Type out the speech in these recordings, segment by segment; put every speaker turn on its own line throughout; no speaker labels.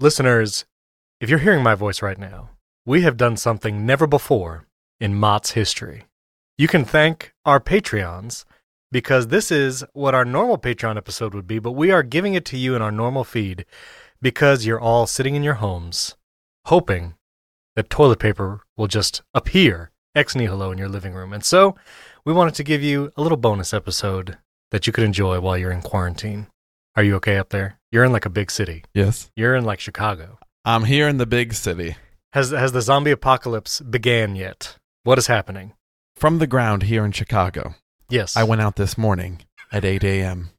Listeners, if you're hearing my voice right now, we have done something never before in Mott's history. You can thank our Patreons because this is what our normal Patreon episode would be, but we are giving it to you in our normal feed because you're all sitting in your homes hoping that toilet paper will just appear ex nihilo in your living room. And so we wanted to give you a little bonus episode that you could enjoy while you're in quarantine. Are you okay up there? You're in like a big city.
Yes.
You're in like Chicago.
I'm here in the big city.
Has has the zombie apocalypse began yet? What is happening?
From the ground here in Chicago.
Yes.
I went out this morning at 8 a.m.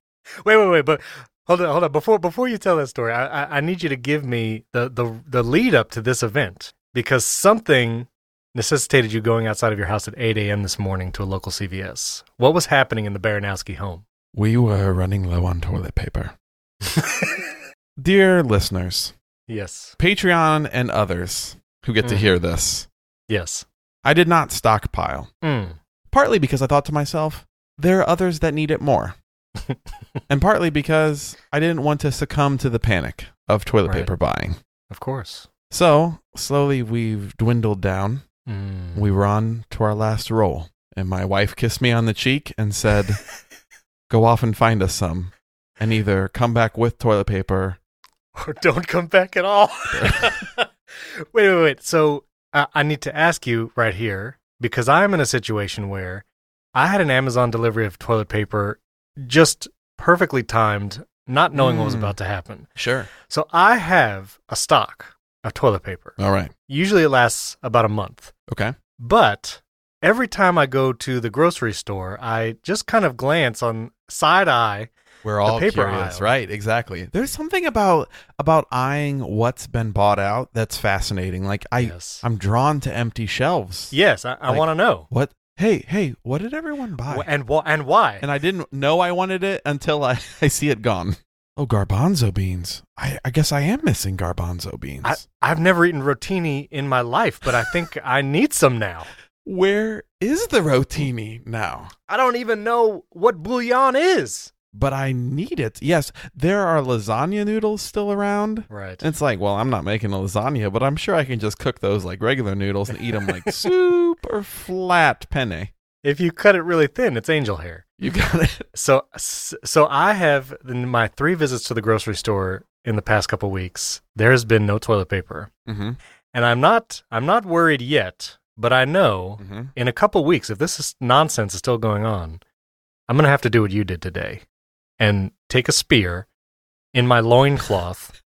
Wait, wait, wait. But hold on, hold on. Before before you tell that story, I, I I need you to give me the the the lead up to this event because something necessitated you going outside of your house at 8 a.m. this morning to a local CVS. What was happening in the Baranowski home?
We were running low on toilet paper. Dear listeners,
yes.
Patreon and others who get to
Mhm.
hear this,
Yes.
I did not stockpile,
Mm.
partly because I thought to myself, there are others that need it more. and partly because I didn't want to succumb to the panic of toilet
Right.
paper buying.
Of course.
So, slowly we've dwindled down.
Mm.
We were on to our last roll, and my wife kissed me on the cheek and said, Go off and find us some, and either come back with toilet paper.
or don't come back at all. wait, wait, wait. So I I need to ask you right here because I'm in a situation where I had an Amazon delivery of toilet paper just perfectly timed, not knowing what was
Mm.
about to happen.
Sure.
So I have a stock of toilet paper.
All right.
Usually it lasts about a month.
Okay.
But every time I go to the grocery store, I just kind of glance on side eye.
We're all
paper
curious,
aisle.
right? Exactly. There's something about about eyeing what's been bought out that's fascinating. Like I,
yes.
I'm drawn to empty shelves.
yes, I, I
Like-
want to know.
What? Hey, hey, what did everyone buy?
Wh- and, wh- and why?
and I didn't know I wanted it until I, I see it gone. Oh, garbanzo beans. I, I guess I am missing garbanzo beans.
I, I've never eaten rotini in my life, but I think I need some now.
Where is the rotini now?
I don't even know what bouillon is.
But I need it. Yes, there are lasagna noodles still around.
Right.
It's like, well, I'm not making a lasagna, but I'm sure I can just cook those like regular noodles and eat them like soup or flat penne.
If you cut it really thin, it's angel hair.
You got it.
So, so I have in my three visits to the grocery store in the past couple weeks. There has been no toilet paper,
Mm-hmm.
and I'm not. I'm not worried yet, but I know
mm-hmm.
in a couple weeks, if this is nonsense is still going on, I'm going to have to do what you did today and take a spear in my loincloth,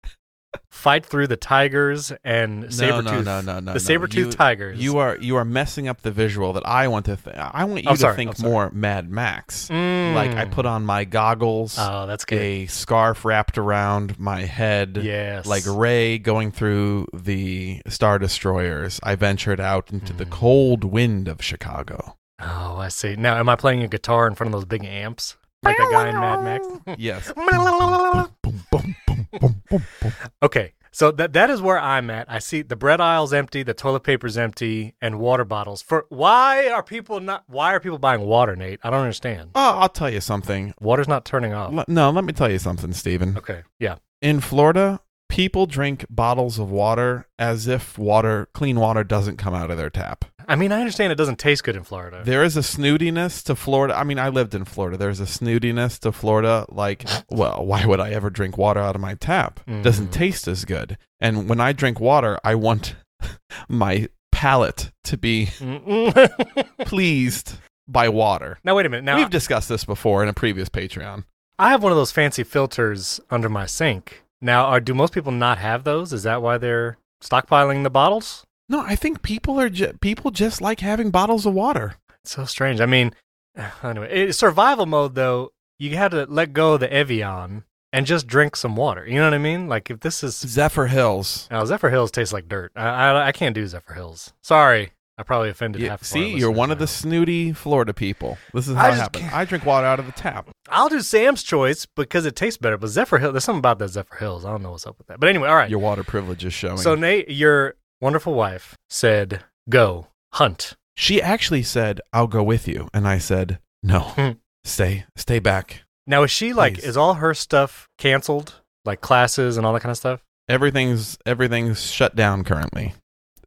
fight through the tigers and
No,
saber
no,
tooth.
no, no, no.
the saber
You-
tooth tigers.
You are you are messing up the visual that I want to. Th- I want you
I'm
to
sorry, I'm
think
sorry.
more Mad Max.
Mm.
Like I put on my goggles,
Oh, that's good.
a scarf wrapped around my head,
Yes.
like Ray going through the Star Destroyers. I ventured out into the
Mm.
cold wind of Chicago.
oh, I see. Now, am I playing a guitar in front of those big amps like that guy in Mad Max?
Yes.
Boom,
boom, boom, boom, boom, boom.
Okay, so that that is where I'm at. I see the bread aisle's empty, the toilet paper's empty, and water bottles. For why are people not? Why are people buying water, Nate? I don't understand.
Oh, I'll tell you something.
Water's not turning off.
L- no, let me tell you something, Steven.
Oh. Okay, yeah,
In Florida, people drink bottles of water as if water, clean water, doesn't come out of their tap.
I mean, I understand it doesn't taste good in Florida.
There is a snootiness to Florida. I mean, I lived in Florida. There's a snootiness to Florida. Like, well, why would I ever drink water out of my tap? Doesn't
Mhm.
taste as good. And when I drink water, I want my palate to be
Mm-mm.
pleased by water.
now wait a minute. Now
We've discussed this before in a previous Patreon.
I have one of those fancy filters under my sink. Now, are, do most people not have those? Is that why they're stockpiling the bottles?
No, I think people are ju- people just like having bottles of water.
It's so strange. I mean, anyway, it, survival mode though, you had to let go of the Evian and just drink some water. You know what I mean? Like if this is
Zephyr Hills.
now, Zephyr Hills tastes like dirt. I, I I can't do Zephyr Hills. Sorry, I probably offended
Yeah,
half. Of our
see, you're
listeners
one of
now.
the snooty Florida people. This is
I
how it
just
happens.
can't-
I drink water out of the tap.
I'll do Sam's Choice because it tastes better. But Zephyr Hill, there's something about that Zephyr Hills. I don't know what's up with that. But anyway, all right.
Your water privilege is showing.
So Nate, your wonderful wife said, "Go hunt."
she actually said, "I'll go with you," and I said,
Hmm.
"No, stay, stay back."
Now is she like?
Please.
Is all her stuff canceled? Like classes and all that kind of stuff?
Everything's everything's shut down currently.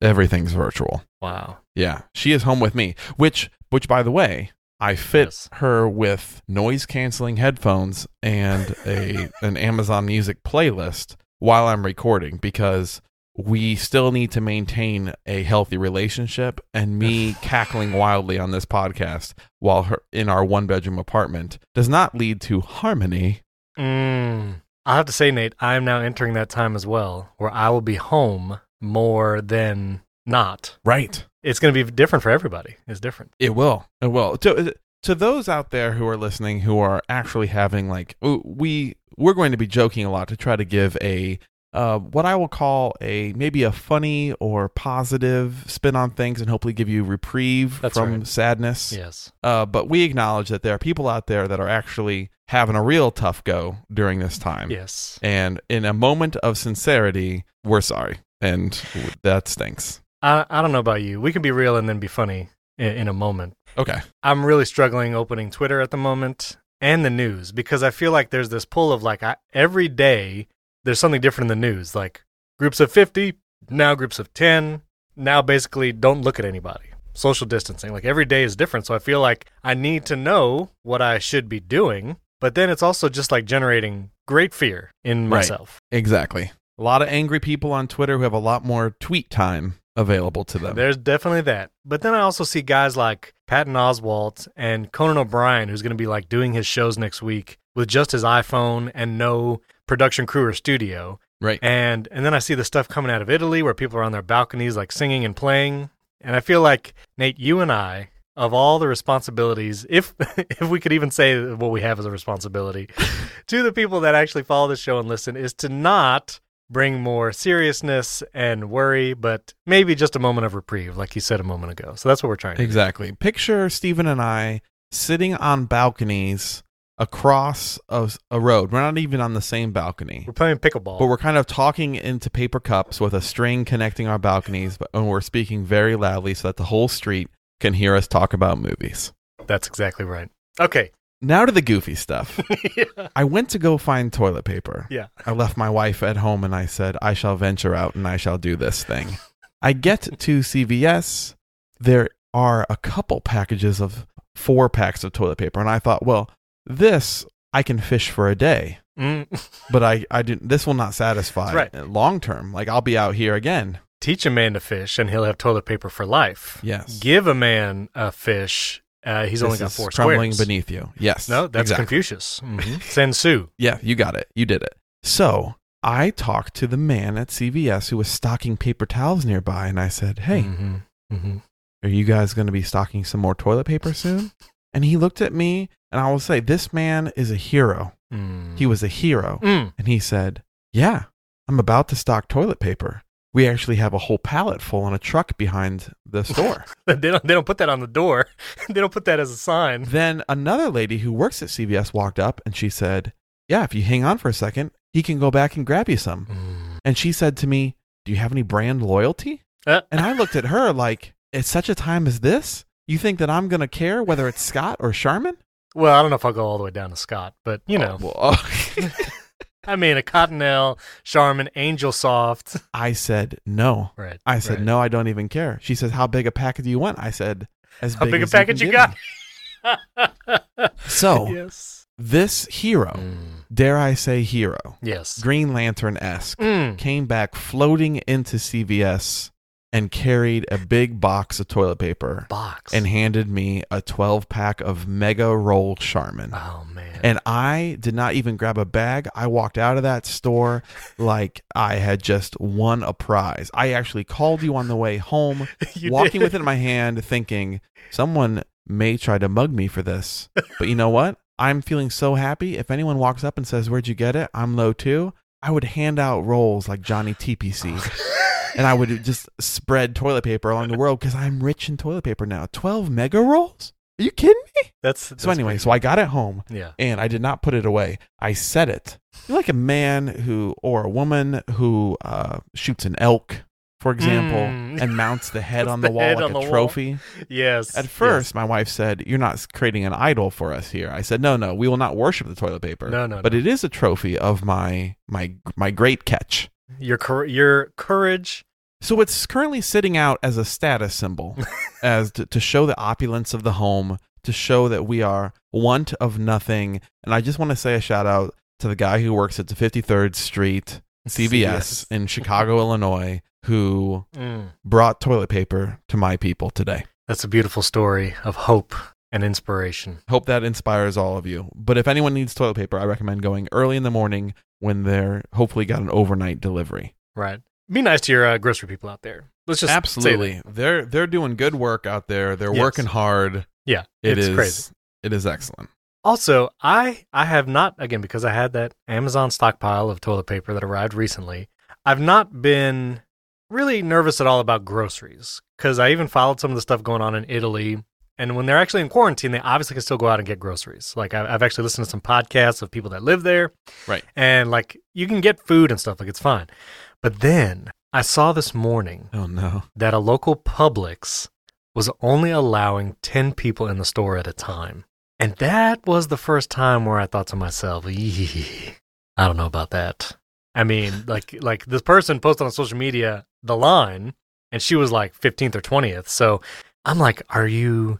Everything's virtual.
Wow.
Yeah, she is home with me, which which by the way, I fit
Yes.
her with noise canceling headphones and a an Amazon Music playlist while I'm recording because we still need to maintain a healthy relationship and me cackling wildly on this podcast while her in our one bedroom apartment does not lead to harmony.
Mm. I have to say, Nate, I am now entering that time as well where I will be home more than not.
Right.
It's going to be different for everybody. It's different.
It will. It will. To uh, to those out there who are listening who are actually having like w- we we're going to be joking a lot to try to give a uh, what I will call a maybe a funny or positive spin on things and hopefully give you reprieve
That's
from
right.
sadness.
Yes.
Uh, but we acknowledge that there are people out there that are actually having a real tough go during this time.
Yes.
And in a moment of sincerity, we're sorry. And w- that stinks.
I, I don't know about you. We can be real and then be funny in, in a moment.
Okay.
I'm really struggling opening Twitter at the moment and the news because I feel like there's this pull of like I, every day there's something different in the news, like groups of 50, now groups of 10, now basically don't look at anybody. Social distancing. Like every day is different. So I feel like I need to know what I should be doing. But then it's also just like generating great fear in
Right.
myself.
Exactly. A lot of angry people on Twitter who have a lot more tweet time available to them.
There's definitely that. But then I also see guys like Patton Oswalt and Conan O'Brien, who's going to be like doing his shows next week with just his iPhone and no production crew or studio.
right.
And and then I see the stuff coming out of Italy where people are on their balconies like singing and playing. And I feel like Nate, you and I, of all the responsibilities, if if we could even say what we have as a responsibility to the people that actually follow the show and listen, is to not bring more seriousness and worry, but maybe just a moment of reprieve, like you said a moment ago. So that's what we're trying. to do.
Exactly. Picture Stephen and I sitting on balconies across a, a road. We're not even on the same balcony,
We're playing pickleball.
but we're kind of talking into paper cups with a string connecting our balconies, but and we're speaking very loudly so that the whole street can hear us talk about movies.
that's exactly right. Okay.
Now to the goofy stuff.
yeah.
I went to go find toilet paper.
Yeah.
I left my wife at home and I said, I shall venture out and I shall do this thing. I get to CVS. There are a couple packages of four packs of toilet paper. And I thought, well, this I can fish for a day,
Mm.
but I, I didn't, this will not satisfy
That's
long term. Like I'll be out here again.
Teach a man to fish, and he'll have toilet paper for life.
Yes.
give a man a fish, uh, he's only
This
got
is
four
crumbling
squares.
beneath you. Yes.
no, that's
exactly.
Confucius. Mhm. Sensu.
Yeah, you got it. You did it. So I talked to the man at CVS who was stocking paper towels nearby, and I said, Hey,
Mhm. Mhm.
are you guys going to be stocking some more toilet paper soon? And he looked at me, and I will say, This man is a hero.
Mm.
He was a hero.
Mm.
And he said, Yeah, I'm about to stock toilet paper. We actually have a whole pallet full on a truck behind the store.
they don't. They don't put that on the door. they don't put that as a sign.
then another lady who works at CVS walked up and she said, Yeah, if you hang on for a second, he can go back and grab you some.
Mm.
And she said to me, Do you have any brand loyalty?
Uh.
and I looked at her like, At such a time as this, you think that I'm going to care whether it's Scott or Charmin?
Well, I don't know if I'll go all the way down to Scott, but you know,
Well, uh,
I mean, a Cottonelle, Charmin, Angel Soft.
I said, No.
Right.
I said,
right.
No, I don't even care. She says, How big a packet do you want? I said, As
How
big,
big a
as can
package you
give
got?
me." So,
yes.
this hero,
Mm.
dare I say hero,
Yes.
Green Lantern esque,
Mm.
came back floating into CVS and carried a big box of toilet paper
Box.
and handed me a 12 pack of Mega Roll Charmin.
oh man.
And I did not even grab a bag. I walked out of that store like I had just won a prize. I actually called you on the way home,
You
walking
did.
with it in my hand, thinking someone may try to mug me for this. But you know what? I'm feeling so happy. If anyone walks up and says, Where'd you get it? I'm low too. I would hand out rolls like Johnny TPC and I would just spread toilet paper along the world because I'm rich in toilet paper now. 12 mega rolls? Are you kidding me?
That's,
So, anyway, so I got it home
yeah.
and I did not put it away. I said it. You're like a man who or a woman who uh, shoots an elk, for example,
Mm.
and mounts the head
Puts
on the,
the
wall
head
like
on
a
the wall.
trophy.
Yes.
At
yes.
first, my wife said, "You're not creating an idol for us here." I said, "No, no, we will not worship the toilet paper.
No, no,
but it is a trophy of my my my great catch."
Your cour- your courage.
So it's currently sitting out as a status symbol, as to, to show the opulence of the home, to show that we are want of nothing. And I just want to say a shout out to the guy who works at the 53rd Street CVS in Chicago, Illinois, who
Mm.
brought toilet paper to my people today.
That's a beautiful story of hope and inspiration.
Hope that inspires all of you. But if anyone needs toilet paper, I recommend going early in the morning when they're hopefully got an overnight delivery.
Right. Be nice to your uh, grocery people out there. Let's just say that.
Absolutely. They're they're doing good work out there. They're
Yes.
working hard.
Yeah,
It
it's
is-
crazy.
It is excellent.
Also, I I have not again because I had that Amazon stockpile of toilet paper that arrived recently. I've not been really nervous at all about groceries because I even followed some of the stuff going on in Italy. And when they're actually in quarantine, they obviously can still go out and get groceries. Like I- I've actually listened to some podcasts of people that live there,
Right.
and like you can get food and stuff. Like it's fine. But then I saw this morning
Oh no.
that a local Publix was only allowing 10 people in the store at a time. And that was the first time where I thought to myself, "Eeh, I don't know about that. I mean, like like this person posted on social media the line and she was like 15th or 20th. So I'm like, are you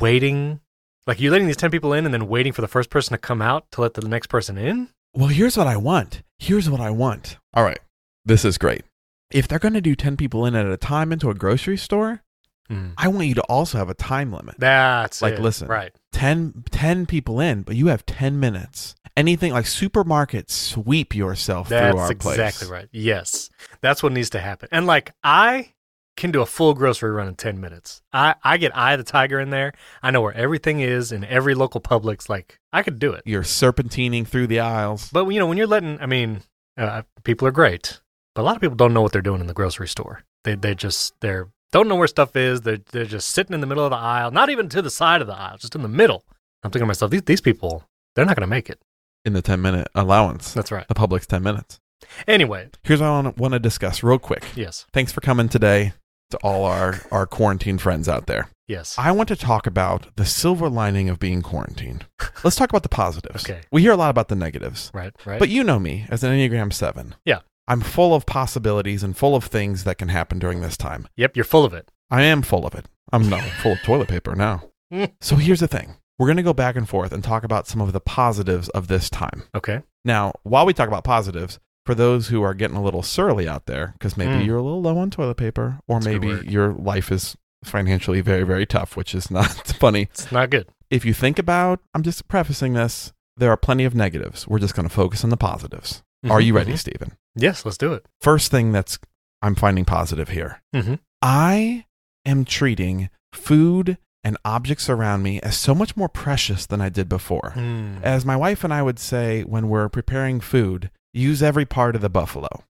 waiting like you're letting these 10 people in and then waiting for the first person to come out to let the next person in?
Well, here's what I want. Here's what I want. All right. This is great. If they're going to do 10 people in at a time into a grocery store,
Hmm.
I want you to also have a time limit.
That's
Like,
it.
listen.
Right.
10, 10 people in, but you have 10 minutes. Anything like supermarket, sweep yourself through
That's
our place.
exactly right. Yes, that's what needs to happen. And like I can do a full grocery run in ten minutes. I I get Eye of the Tiger in there. I know where everything is in every local Publix. Like I could do it.
You're serpentining through the aisles.
But you know when you're letting, I mean, uh, people are great, but a lot of people don't know what they're doing in the grocery store. They they just they're don't know where stuff is. They're they're just sitting in the middle of the aisle, not even to the side of the aisle, just in the middle. I'm thinking to myself, these these people, they're not going to make it.
in the 10 minute allowance,
That's right.
the public's 10 minutes.
Anyway,
Here's what I want to, want to discuss real quick.
yes,
Thanks for coming today to all our, our quarantine friends out there.
yes,
I want to talk about the silver lining of being quarantined. Let's talk about the positives.
Okay.
We hear a lot about the negatives,
right, right.
but you know me as an Enneagram 7.
Yeah.
I'm full of possibilities and full of things that can happen during this time.
yep, you're full of it.
I am full of it. I'm not full of toilet paper now. So here's the thing we're going to go back and forth and talk about some of the positives of this time.
Okay.
Now, while we talk about positives, for those who are getting a little surly out there, because maybe
Mm.
you're a little low on toilet paper, or
That's a good
maybe
word.
your life is financially very, very tough, which is not funny.
It's not good.
If you think about, I'm just prefacing this, there are plenty of negatives. We're just going to focus on the positives. Are you ready,
Mhm.
Stephen?
Yes, let's do it.
First thing that's I'm finding positive here
Mhm.
I am treating food and objects around me as so much more precious than I did before. As my wife and I would say when we're preparing food, use every part of the buffalo.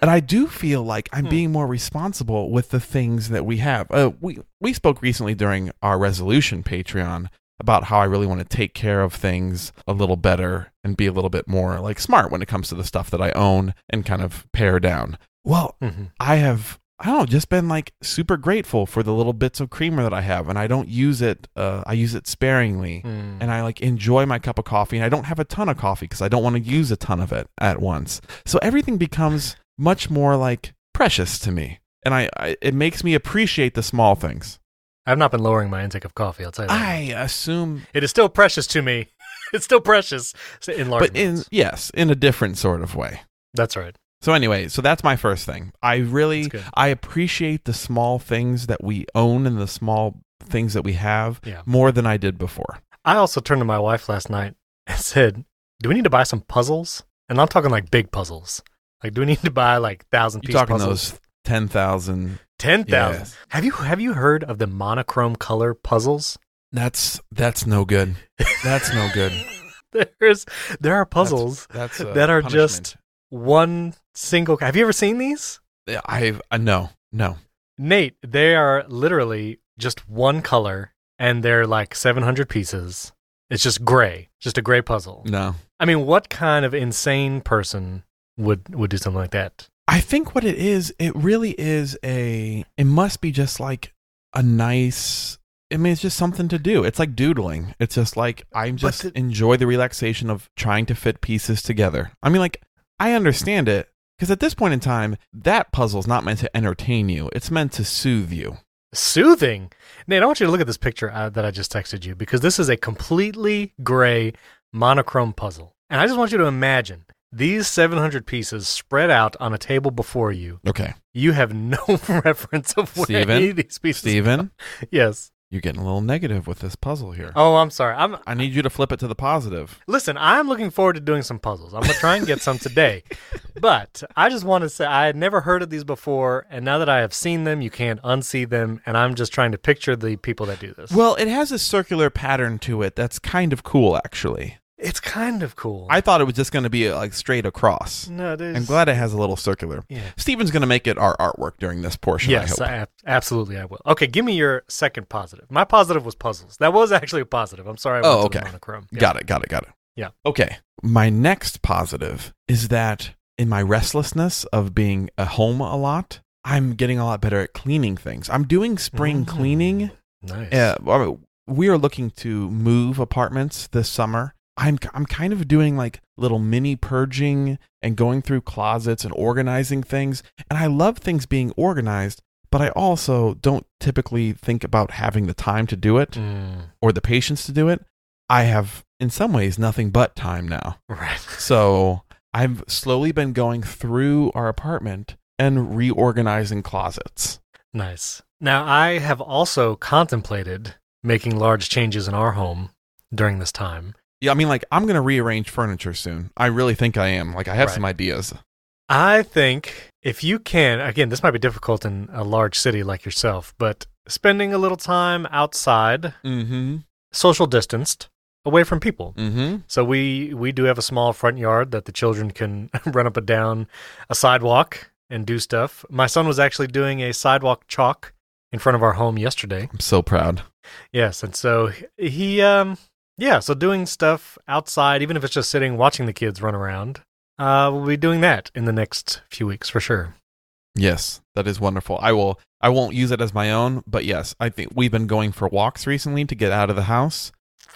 and I do feel like I'm
Hmm.
being more responsible with the things that we have. Uh, we we spoke recently during our resolution Patreon about how I really want to take care of things a little better and be a little bit more like smart when it comes to the stuff that I own and kind of pare down. Well,
Mhm.
I have I don't know, just been like super grateful for the little bits of creamer that I have and I don't use it uh, I use it sparingly
Mm.
Mm-hmm. and I like enjoy my cup of coffee and I don't have a ton of coffee because I don't want to use a ton of it at once. So everything becomes much more like precious to me. And I, I it makes me appreciate the small things.
I've not been lowering my intake of coffee. I'll tell you. that.
I assume
it is still precious to me. it's still precious in large.
but in
amounts.
yes, in a different sort of way.
that's right.
So anyway, so that's my first thing. I really
That's good.
I appreciate the small things that we own and the small things that we have
Yeah.
more than I did before.
I also turned to my wife last night and said, "Do we need to buy some puzzles?" And I'm talking like big puzzles. Like, do we need to buy like thousand
You
piece
talking
puzzles?
those 10,000
Ten thousand.
Yes.
Have you have you heard of the monochrome color puzzles?
That's that's no good. That's no good.
There's there are puzzles
That's, that's a
that are
punishment.
just- one single. Have you ever seen these?
Yeah, I uh, no no.
Nate, they are literally just one color and they're like 700 pieces. It's just gray, just a gray puzzle.
No.
I mean, what kind of insane person would would do something like that?
I think what it is, it really is a it must be just like a nice I mean it's just something to do. It's like doodling. It's just like I'm
But
just
the-
enjoy the relaxation of trying to fit pieces together. I mean like I understand it, Because at this point in time, that puzzle's not meant to entertain you, it's meant to soothe you.
Soothing. Nate, I want you to look at this picture uh, that I just texted you because this is a completely gray monochrome puzzle. And I just want you to imagine these 700 pieces spread out on a table before you.
Okay.
You have no reference of where
Steven?
any of these pieces
Steven,
Yes.
you're getting a little negative with this puzzle here.
Oh, I'm sorry. I'm
I need you to flip it to the positive.
Listen, I'm looking forward to doing some puzzles. I'm gonna try and get some today. But I just want to say I had never heard of these before, and now that I have seen them, you can't unsee them, and I'm just trying to picture the people that do this.
Well, it has a circular pattern to it that's kind of cool, actually.
it's kind of cool.
I thought it was just going to be like straight across.
no, there's,
I'm glad it has a little circular.
Yeah.
Steven's going to make it our artwork during this portion.
Yes,
I
I
hope.
ab- absolutely, I will. Okay, give me your second positive. My positive was puzzles. That was actually a positive. I'm sorry. I
Oh,
went to the
okay.
monochrome. Yeah.
Got it. Got it. Got it.
Yeah.
Okay. My next positive is that in my restlessness of being a home a lot, I'm getting a lot better at cleaning things. I'm doing spring
Mm.
cleaning.
Nice.
Uh, well, we are looking to move apartments this summer. I'm I'm kind of doing like little mini purging and going through closets and organizing things. And I love things being organized, but I also don't typically think about having the time to do it
Mm,
or the patience to do it. I have in some ways nothing but time now.
right.
So, I've slowly been going through our apartment and reorganizing closets.
Nice. Now, I have also contemplated making large changes in our home during this time.
Yeah, I mean, like, I'm going to rearrange furniture soon. I really think I am. Like, I have
Right.
some ideas.
I think if you can, again, this might be difficult in a large city like yourself, but spending a little time outside, Mm-hmm,
Mm
social distanced, away from people.
hmm. Mm hmm.
So we we do have a small front yard that the children can run up and down a sidewalk and do stuff. My son was actually doing a sidewalk chalk in front of our home yesterday.
I'm so proud.
Yes, and so he um yeah, so doing stuff outside even if it's just sitting watching the kids run around. Uh we'll be doing that in the next few weeks for sure.
Yes, that is wonderful. I will. I won't use it as my own, but yes, I think we've been going for walks recently to get out of the house,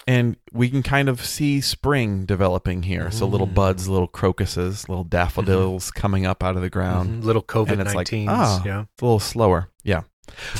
and we can kind of see spring developing here. So little
Mm. Mm-hmm.
buds, little crocuses, little daffodils coming up out of the ground.
Mhm, little COVID
and it's like,
19s.
ah.
yeah.
It's a little slower. Yeah.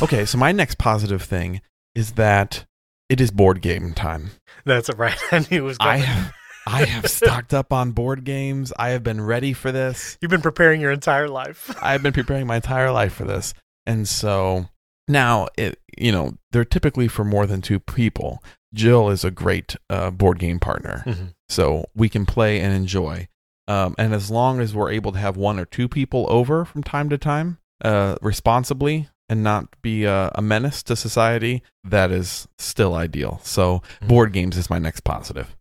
Okay. So my next positive thing is that it is board game time.
That's right. I knew it was
I
coming.
have I have stocked up on board games. I have been ready for this.
You've been preparing your entire life.
I've been preparing my entire life for this. And so now it you know, they're typically for more than two people. Jill is a great uh, board game partner.
Mhm.
So we can play and enjoy. Um, and as long as we're able to have one or two people over from time to time, uh, responsibly and not be a, a menace to society, that is still ideal. So board games is my next positive.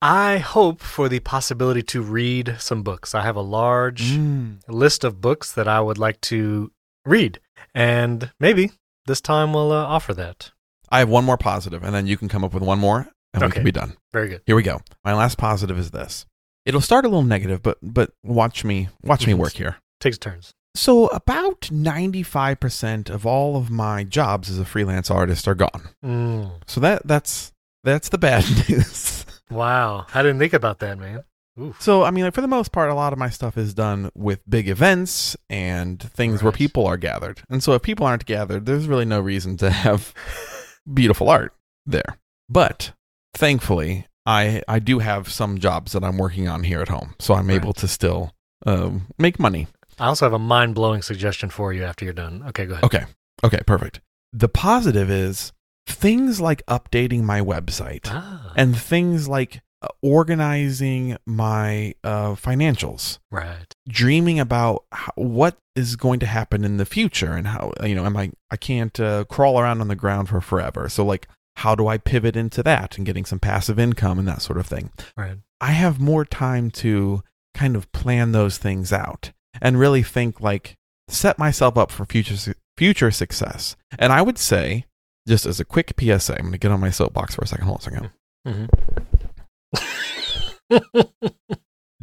I hope for the possibility to read some books. I have a large
Mm.
list of books that I would like to read, and maybe this time we'll uh, offer that.
I have one more positive, and then you can come up with one more, and we
Okay.
can be done.
Very good.
Here we go. My last positive is this. It'll start a little negative, but but watch me watch me work here.
Takes turns.
So about 95% of all of my jobs as a freelance artist are gone.
Mm.
So that that's that's the bad news.
Wow. I didn't think about that, man. Oof.
So I mean, like, for the most part, a lot of my stuff is done with big events and things where
Right.
people are gathered. And so if people aren't gathered, there's really no reason to have beautiful art there. But thankfully, I I do have some jobs that I'm working on here at home, so I'm
Right.
able to still um, make money.
I also have a mind blowing suggestion for you after you're done. Okay, go ahead.
Okay, okay, perfect. The positive is things like updating my website
Ah,
and things like uh, organizing my uh, financials.
right.
dreaming about how, what is going to happen in the future and how uh, you know am i i can't uh, crawl around on the ground for forever so like how do i pivot into that and getting some passive income and that sort of thing
Right.
i have more time to kind of plan those things out and really think like set myself up for future su- future success and i would say just as a quick psa i'm going to get on my soapbox for a second hold on a second
Mm-hmm.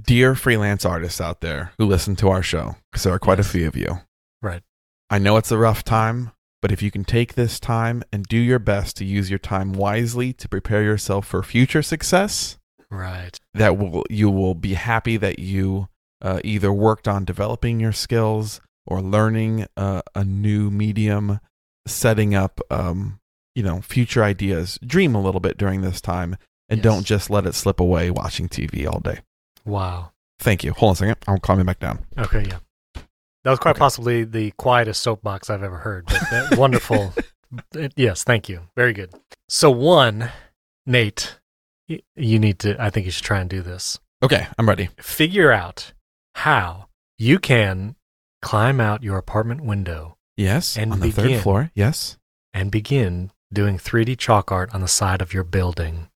dear freelance artists out there who listen to our show, because there are quite a few of you.
Right.
I know it's a rough time, but if you can take this time and do your best to use your time wisely to prepare yourself for future success,
right.
that will you will be happy that you uh, either worked on developing your skills or learning uh, a new medium, setting up, um, you know, future ideas. Dream a little bit during this time and
Yes.
don't just let it slip away watching TV all day.
Wow.
Thank you. Hold on a second. I'll calm you back down.
Okay, yeah. That was quite
Okay.
possibly the quietest soapbox I've ever heard. But that, wonderful. It- yes, thank you. Very good. So one, Nate, y- you need to. I think you should try and do this.
Okay, I'm ready.
Figure out how you can climb out your apartment window
Yes.
And
on the
begin.
third floor. Yes.
and begin doing 3D chalk art on the side of your building.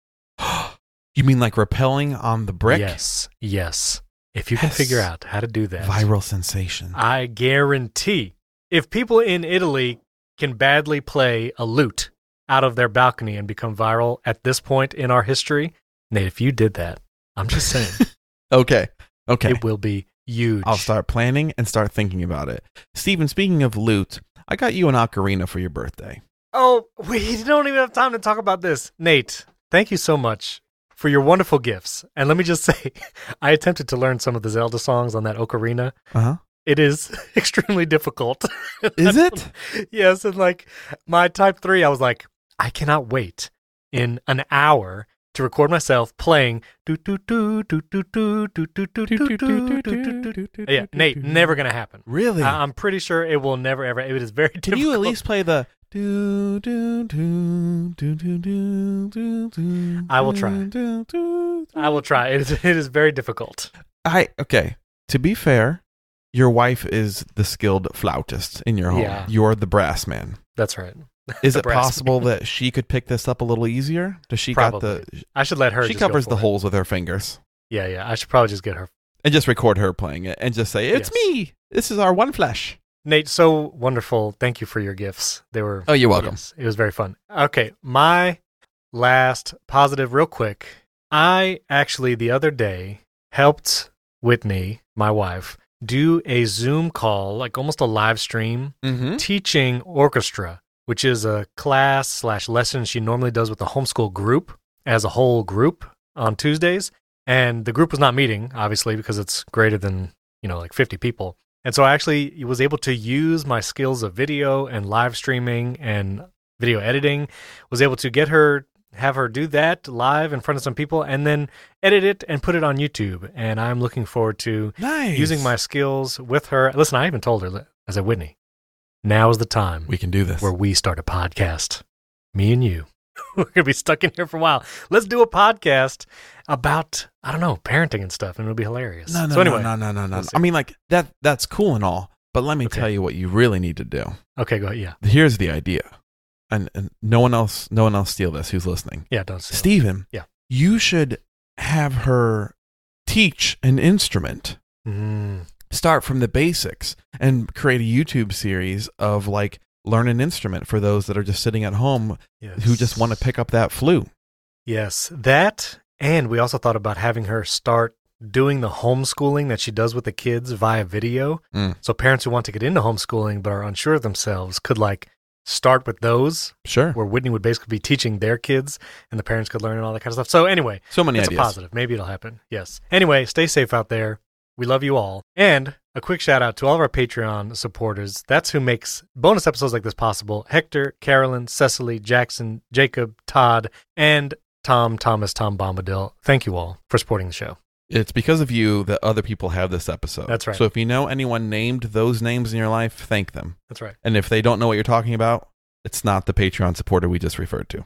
you mean like repelling on the brick?
Yes, yes. If you can
Yes.
figure out how to do that,
Viral sensation.
I guarantee if people in Italy can badly play a lute out of their balcony and become viral at this point in our history, Nate, if you did that, I'm just saying
okay. Okay.
it will be huge.
I'll start planning and start thinking about it. Steven, speaking of loot, I got you an ocarina for your birthday.
Oh, we don't even have time to talk about this. Nate, thank you so much for your wonderful gifts. And let me just say, I attempted to learn some of the Zelda songs on that ocarina.
Uh
It is extremely difficult.
Is it?
yes, and like my type three, I was like, I cannot wait in an hour to record myself playing. doo doo doo doo doo doo doo doo doo doo doo doo doo doo. Yeah, Nate, never gonna happen.
Really?
I- I'm pretty sure it will never ever. It is very
Can
difficult.
you at least play the do do do do do do do do?
I will try.
do, do, do.
I will try. It is, it is very difficult.
I okay. To be fair, your wife is the skilled flautist in your home.
Yeah.
You're the brass man.
That's right.
Is
The
it
brass
possible that she could pick this up a little easier? Does she got the?
I should let her.
she
just go
covers
for
the
it.
holes with her fingers.
Yeah, yeah. I should probably just get her.
and just record her playing it and just say it's
Yes.
me this is our one flesh
Nate, so wonderful. Thank you for your gifts. They were
oh you're welcome
Yes, it was very fun. Okay, my last positive, real quick. I actually the other day helped Whitney, my wife, do a Zoom call, like almost a live stream,
mm-hmm.
teaching orchestra, which is a class slash lesson she normally does with the homeschool group as a whole group on Tuesdays. And the group was not meeting, obviously, because it's greater than, you know, like 50 people. And so I actually was able to use my skills of video and live streaming and video editing, was able to get her, have her do that live in front of some people and then edit it and put it on YouTube. And I'm looking forward to
nice
using my skills with her. Listen, I even told her, li- I said, Whitney, now is the time
we can do this
where we start a podcast. Me and you. We're going to be stuck in here for a while. Let's do a podcast about, I don't know, parenting and stuff, and it'll be hilarious.
no no
so, anyway,
no no no no,
we'll
no.
see.
i mean like that that's cool and all but let me
Okay.
tell you what you really need to do
okay, go ahead. Yeah.
here's the idea and, and no one else no one else steal this who's listening
Yeah, don't say
Stephen,
Yeah.
you should have her teach an instrument
Mm,
start from the basics and create a YouTube series of like learn an instrument for those that are just sitting at home
yes.
who just want to pick up that flute.
Yes, that. And we also thought about having her start doing the homeschooling that she does with the kids via video.
Mm.
So, parents who want to get into homeschooling but are unsure of themselves could like start with those
Sure.
where Whitney would basically be teaching their kids and the parents could learn and all that kind of stuff. So, anyway,
So many
it's
ideas.
a positive. Maybe it'll happen. Yes. Anyway, stay safe out there. We love you all. And a quick shout out to all of our Patreon supporters. That's who makes bonus episodes like this possible. Hector, Carolyn, Cecily, Jackson, Jacob, Todd, and Tom Thomas, Tom Bombadil. Thank you all for supporting the show.
It's because of you that other people have this episode.
That's right.
So if you know anyone named those names in your life, thank them.
That's right.
And if they don't know what you're talking about, it's not the Patreon supporter we just referred to.